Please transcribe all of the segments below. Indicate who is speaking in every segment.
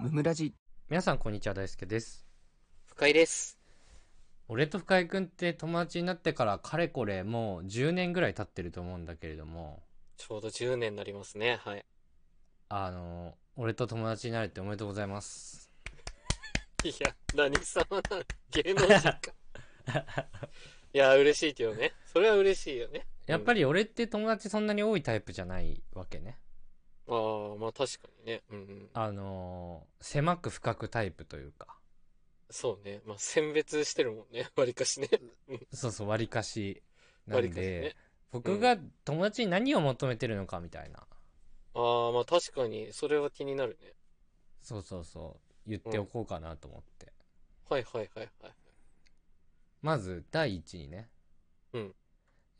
Speaker 1: ムムラジ
Speaker 2: 皆さんこんにちは大輔です
Speaker 3: 深井です。
Speaker 2: 俺と深井君って友達になってからかれこれもう10年ぐらい経ってると思うんだけれども
Speaker 3: ちょうど10年になりますね。はい。
Speaker 2: あの俺と友達になれておめでとうございます
Speaker 3: いや、何様なの芸能 人か。いや、嬉しいけどね。それは嬉しいよね。
Speaker 2: やっぱり俺って友達そんなに多いタイプじゃないわけね
Speaker 3: ああ、まあ確かにね。うんうん。
Speaker 2: あの狭く深くタイプというか
Speaker 3: そうね。まあ選別してるもんね。 わりかしね。
Speaker 2: そうそう割りかしな
Speaker 3: わり
Speaker 2: ん
Speaker 3: かしね
Speaker 2: で、。僕が友達に何を求めてるのかみたいな
Speaker 3: ああ、まあ確かに、それは気になるね。
Speaker 2: そうそうそう言っておこうかなと思って、
Speaker 3: はいはいはいはい。
Speaker 2: まず第一にね、
Speaker 3: うん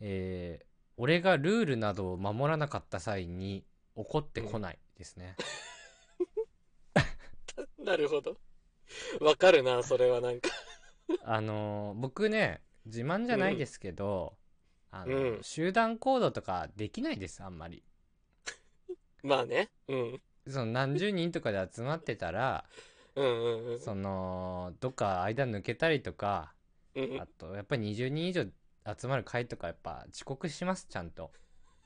Speaker 2: えー俺がルールなどを守らなかった際に怒ってこないです ね、
Speaker 3: なるほど。わかるな、それはなんか。
Speaker 2: あのー僕ね自慢じゃないですけど、あの
Speaker 3: うん
Speaker 2: 集団行動とかできないですあんまり
Speaker 3: まあね。うん。
Speaker 2: その何十人とかで集まってたら
Speaker 3: うんうんうん。
Speaker 2: そのどっか間抜けたりとか
Speaker 3: うんうん
Speaker 2: あとやっぱり20人以上集まる会とかやっぱ遅刻しますちゃんと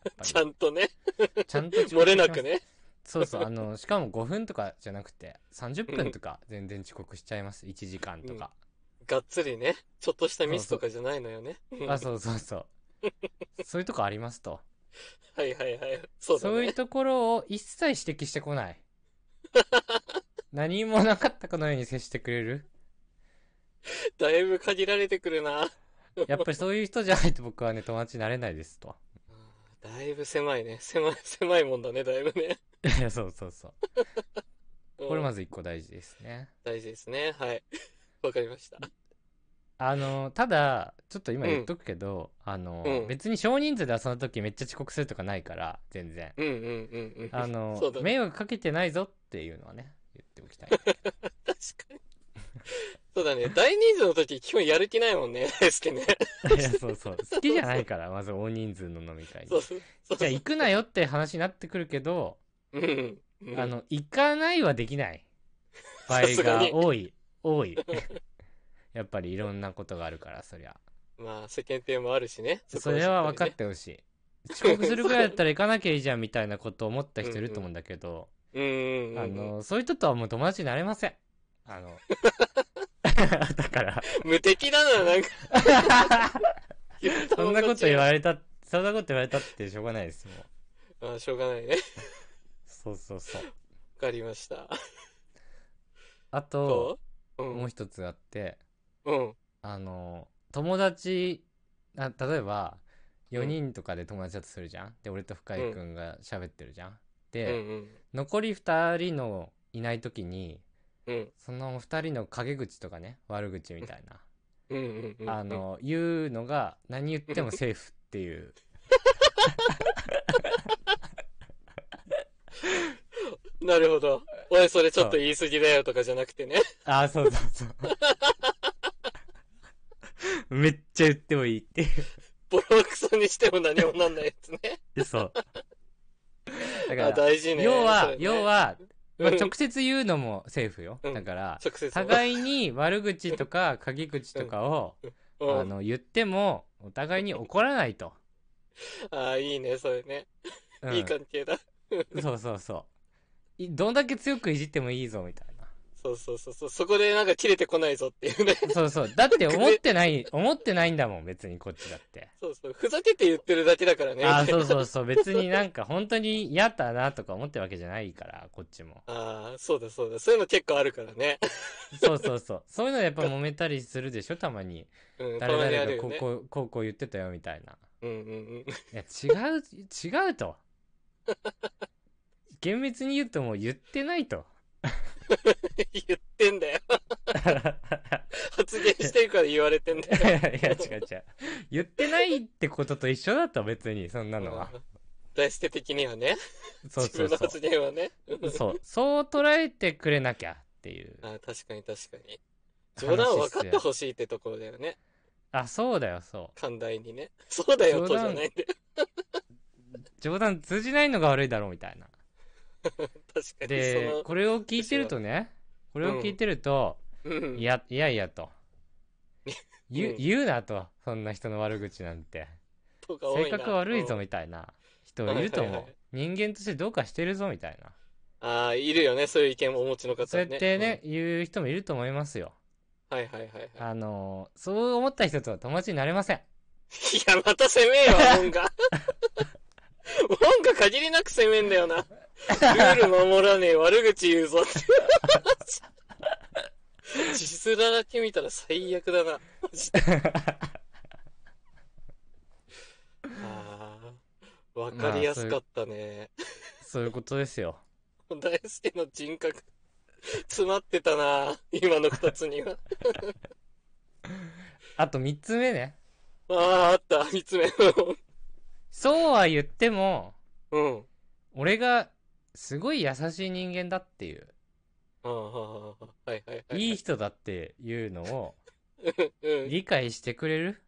Speaker 2: やっぱり
Speaker 3: ちゃんとね。
Speaker 2: ちゃんと遅刻しま
Speaker 3: 漏
Speaker 2: す
Speaker 3: れなくね。
Speaker 2: そうそう、あの、しかも5分とかじゃなくて、30分とか全然遅刻しちゃいます。1時間とか。
Speaker 3: がっつりね。ちょっとしたミスとかじゃないのよね。うん
Speaker 2: あ、そうそうそう。そういうとこありますと。
Speaker 3: はいはいはい。そうだ
Speaker 2: そうい
Speaker 3: ね
Speaker 2: う。ところを一切指摘してこない。何もなかったかのように接してくれる。
Speaker 3: だいぶ限られてくるな。
Speaker 2: やっぱりそういう人じゃないと僕はね、友達になれないです と。
Speaker 3: だいぶ狭いね。狭い、 狭いもんだね、だいぶね。
Speaker 2: いやそうそうそう。
Speaker 3: うん
Speaker 2: これまず1個大事ですね。
Speaker 3: 大事ですね。はい。 わかりました。
Speaker 2: あの、ただ、ちょっと今言っとくけど、あの、
Speaker 3: うん
Speaker 2: 別に少人数で遊んだ時めっちゃ遅刻するとかないから、全然。
Speaker 3: うんうんうんうん。
Speaker 2: あの、
Speaker 3: そうだね。
Speaker 2: 迷惑かけてないぞっていうのはね、言っておき たいんだけど。
Speaker 3: 確かに。そうだね。大人数の時、基本やる気ないもんね。大好きね。
Speaker 2: いや、そうそう。 好きじゃないから、まず大人数の飲み会に。
Speaker 3: そうそう。そう
Speaker 2: じ
Speaker 3: そ
Speaker 2: ゃあ
Speaker 3: う
Speaker 2: 行くなよって話になってくるけど、
Speaker 3: うんうん。
Speaker 2: あの、行かないはできない。場合
Speaker 3: さすが
Speaker 2: が
Speaker 3: に
Speaker 2: 多い、多 い。やっぱりいろんなことがあるから、そりゃ。
Speaker 3: うん。まあ、世間体もあるしね。
Speaker 2: それは分かってほしい。遅刻するぐらいだったら行かなきゃいいじゃんみたいなことを思った人いると思うんだけど、
Speaker 3: うんうんうん。
Speaker 2: あ、の、そういう人とはもう友達になれません。あ の、 だから。
Speaker 3: 無敵だな、なんか。
Speaker 2: そんなこと言われた、そんなこと言われたってしょうがないですもん。
Speaker 3: あーしょうがないね。わ
Speaker 2: そうそうそう。
Speaker 3: かりました。
Speaker 2: あと
Speaker 3: そ、うう。
Speaker 2: もうん一つあって、
Speaker 3: うん。
Speaker 2: あの、友達、あ例えば、
Speaker 3: うん
Speaker 2: 4人とかで友達だとするじゃん。で、俺と深井くんが喋ってるじゃん。
Speaker 3: うんう
Speaker 2: で、
Speaker 3: ん。
Speaker 2: 残り2人のいない時に、
Speaker 3: うん。
Speaker 2: その2人の陰口とかね、悪口みたいな、
Speaker 3: うんうんうん。
Speaker 2: あ、の、言うのが何言ってもセーフっていう。
Speaker 3: なるほど。おい、それちょっと言い過ぎだよとかじゃなくてね。
Speaker 2: ああ、そうそう そう。めっちゃ言ってもいいっていう。
Speaker 3: ボロクソにしても何もなんないやつね。
Speaker 2: そう。だ
Speaker 3: あ、
Speaker 2: から、
Speaker 3: 大事ね。
Speaker 2: 要
Speaker 3: そ
Speaker 2: は、
Speaker 3: れね
Speaker 2: 要、は、まあ
Speaker 3: うん
Speaker 2: 直接言うのもセーフよ。
Speaker 3: うん
Speaker 2: だから、
Speaker 3: 直接。
Speaker 2: 互いに悪口とか陰口とかを、
Speaker 3: うん
Speaker 2: あの、言っても、お互いに怒らないと。
Speaker 3: あーいいね、それね。
Speaker 2: うん
Speaker 3: いい関係だ。
Speaker 2: そうそうそう。いどんだけ強くいじってもいいぞ、みた いな。
Speaker 3: そうそうそうそう。そこでなんか切れてこないぞっていうね。
Speaker 2: そうそう。だって思ってない、思ってないんだもん、別にこっちだって。
Speaker 3: そうそう。ふざけて言ってるだけだからね。
Speaker 2: あーそうそうそう別になんか本当に嫌だなとか思ってるわけじゃないからこっちも
Speaker 3: あーそうだそうだ。そういうの結構あるからね。
Speaker 2: そうそうそうそういうのやっぱ揉めたりするでしょたまに
Speaker 3: うん、た
Speaker 2: 誰
Speaker 3: まにあ
Speaker 2: 々が
Speaker 3: るよ
Speaker 2: こう
Speaker 3: ね。
Speaker 2: こうこうこう言ってたよみたいな
Speaker 3: うんうん
Speaker 2: いや違う 違うと厳密に言うともう言ってないと
Speaker 3: うん。言ってんだよ。
Speaker 2: いや
Speaker 3: 発言してるから言われてんだよ。
Speaker 2: 違う違う言ってないってことと一緒だと別にそんなのは
Speaker 3: うん大捨て的にはね。
Speaker 2: そうそう
Speaker 3: 自分の
Speaker 2: そ
Speaker 3: 発言はね。
Speaker 2: うそうそう捉えてくれなきゃっていう
Speaker 3: あー確かに確かに。冗談を分かってほしいってところだよね。
Speaker 2: あそうだよそう
Speaker 3: 寛大にね。 そうだよ、とじゃないんだよ。
Speaker 2: 冗談通じないのが悪いだろうみたいな
Speaker 3: 確かにそ
Speaker 2: で
Speaker 3: の、
Speaker 2: これを聞いてるとねこれを聞いてると、
Speaker 3: うん
Speaker 2: いやいやいや と言う,、
Speaker 3: うん
Speaker 2: 言うなとそんな人の悪口なんて
Speaker 3: とか多い
Speaker 2: 性
Speaker 3: な
Speaker 2: 格悪いぞ
Speaker 3: うん
Speaker 2: みたいな人いると思う、
Speaker 3: はいはいはい
Speaker 2: 人間としてどうかしてるぞみたいな
Speaker 3: ああいるよねそういう意見をお持ちの方ね
Speaker 2: そうやってね、言う人もいると思いますよ
Speaker 3: うんはいはいはいはい
Speaker 2: あのそう思った人とは友達になれません
Speaker 3: いや、また攻 めよ、門が。門が限りなく攻めんだよな。ルール守らねえ、悪口言うぞって。 地図だらけ見たら最悪 だな。マジであーわかりやすかったね。
Speaker 2: そういうことですよ
Speaker 3: 大輔の人格、詰まってたな。今の二つには。
Speaker 2: あと3つ目ね
Speaker 3: ああ、あった。三つ目。
Speaker 2: そうは言っても
Speaker 3: うん。うん
Speaker 2: 俺がすごい優しい人間だっていう
Speaker 3: あーはーはーはいはいはい。
Speaker 2: いい人だっていうのを
Speaker 3: うん
Speaker 2: 理解してくれる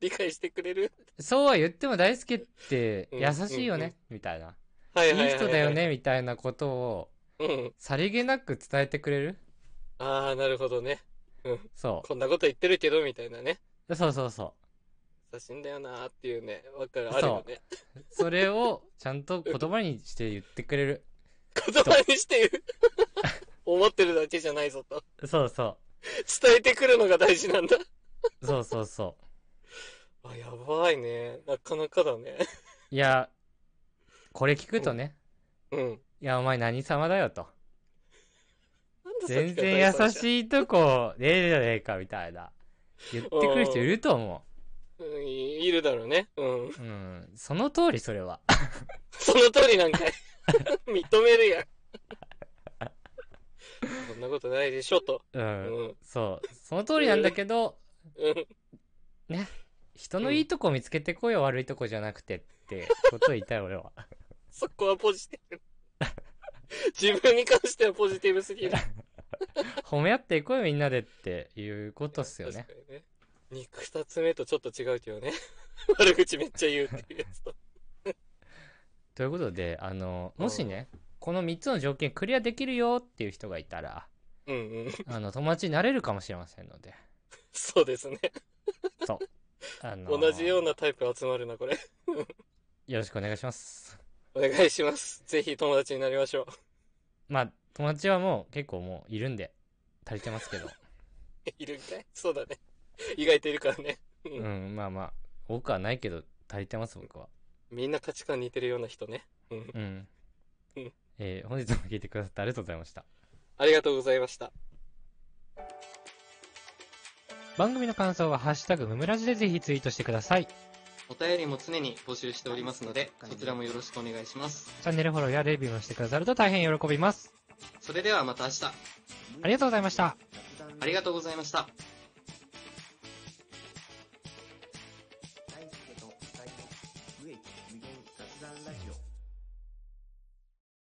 Speaker 3: 理解してくれる
Speaker 2: そうは言っても大輔って
Speaker 3: うん
Speaker 2: 優しいよねみたいな
Speaker 3: はい
Speaker 2: い
Speaker 3: はいはいい
Speaker 2: 人だよ。ねみたいなことを
Speaker 3: うん。
Speaker 2: さりげなく伝えてくれる
Speaker 3: ああ、なるほどね。
Speaker 2: そ
Speaker 3: こんなこと言ってるけど、みたいなね。
Speaker 2: うそうそうそ
Speaker 3: 優しいんだよなーっていうね。わかる、あるよね。
Speaker 2: うそれをちゃんと言葉にして言ってくれる
Speaker 3: 言葉にして言う。 思ってるだけじゃないぞと。
Speaker 2: そうそ
Speaker 3: 伝えてくるのが大事なんだ。
Speaker 2: うそうそうそ
Speaker 3: あ、やばいね。なかなかだね。
Speaker 2: ういやこれ聞くとね
Speaker 3: うん。
Speaker 2: いやお前何様だよと
Speaker 3: なんでさっ
Speaker 2: 全
Speaker 3: きか
Speaker 2: 然
Speaker 3: ら第三
Speaker 2: 優
Speaker 3: 者
Speaker 2: しいとこねえじゃねえかみたいな言ってくる人いると思
Speaker 3: うんいいるだろうね。うん。
Speaker 2: ううんその通りそれは
Speaker 3: その通りな んかい。認めるやん。そんなことないでしょ、と。
Speaker 2: う
Speaker 3: うんん。
Speaker 2: そうその通りなんだけど
Speaker 3: うん。
Speaker 2: 人のいいとこ見つけてこいよ悪いとこじゃなくてってことを言いたい 俺は
Speaker 3: そこはポジティブ。自分に関してはポジティブすぎる。
Speaker 2: 褒め合っていこうよみんなでっていうことっすよね
Speaker 3: 確かにね。肉二つ目とちょっと違うけどね。 悪口めっちゃ言うっていうやつと。
Speaker 2: ということであのもしねこの3つの条件クリアできるよっていう人がいたら
Speaker 3: うんうん。
Speaker 2: あの友達になれるかもしれませんので
Speaker 3: そうですね。
Speaker 2: そうあの
Speaker 3: 同じようなタイプ集まるな、これ。
Speaker 2: よろしくお願いします
Speaker 3: お願いします。ぜひ友達になりましょう。
Speaker 2: まあ友達はもう結構もういるんで足りてますけど
Speaker 3: いるんかいそうだね。意外といるからね。 うん
Speaker 2: うんまあまあ多くはないけど足りてます僕は
Speaker 3: みんな価値観似てるような人ね。うん。
Speaker 2: うん
Speaker 3: うん
Speaker 2: えー本日も聞いてくださってありがとうございました
Speaker 3: ありがとうございました。
Speaker 2: 番組の感想は「ハッシュタグムムラジ」でぜひツイートしてくださいチ
Speaker 3: お便りも常に募集しておりますので、そちらもよろしくお願いします。
Speaker 2: ャンネルフォローやレビューもしてくださると大変喜びます
Speaker 3: それではまた明日、
Speaker 2: ありがとうございました
Speaker 3: ありがとうございました。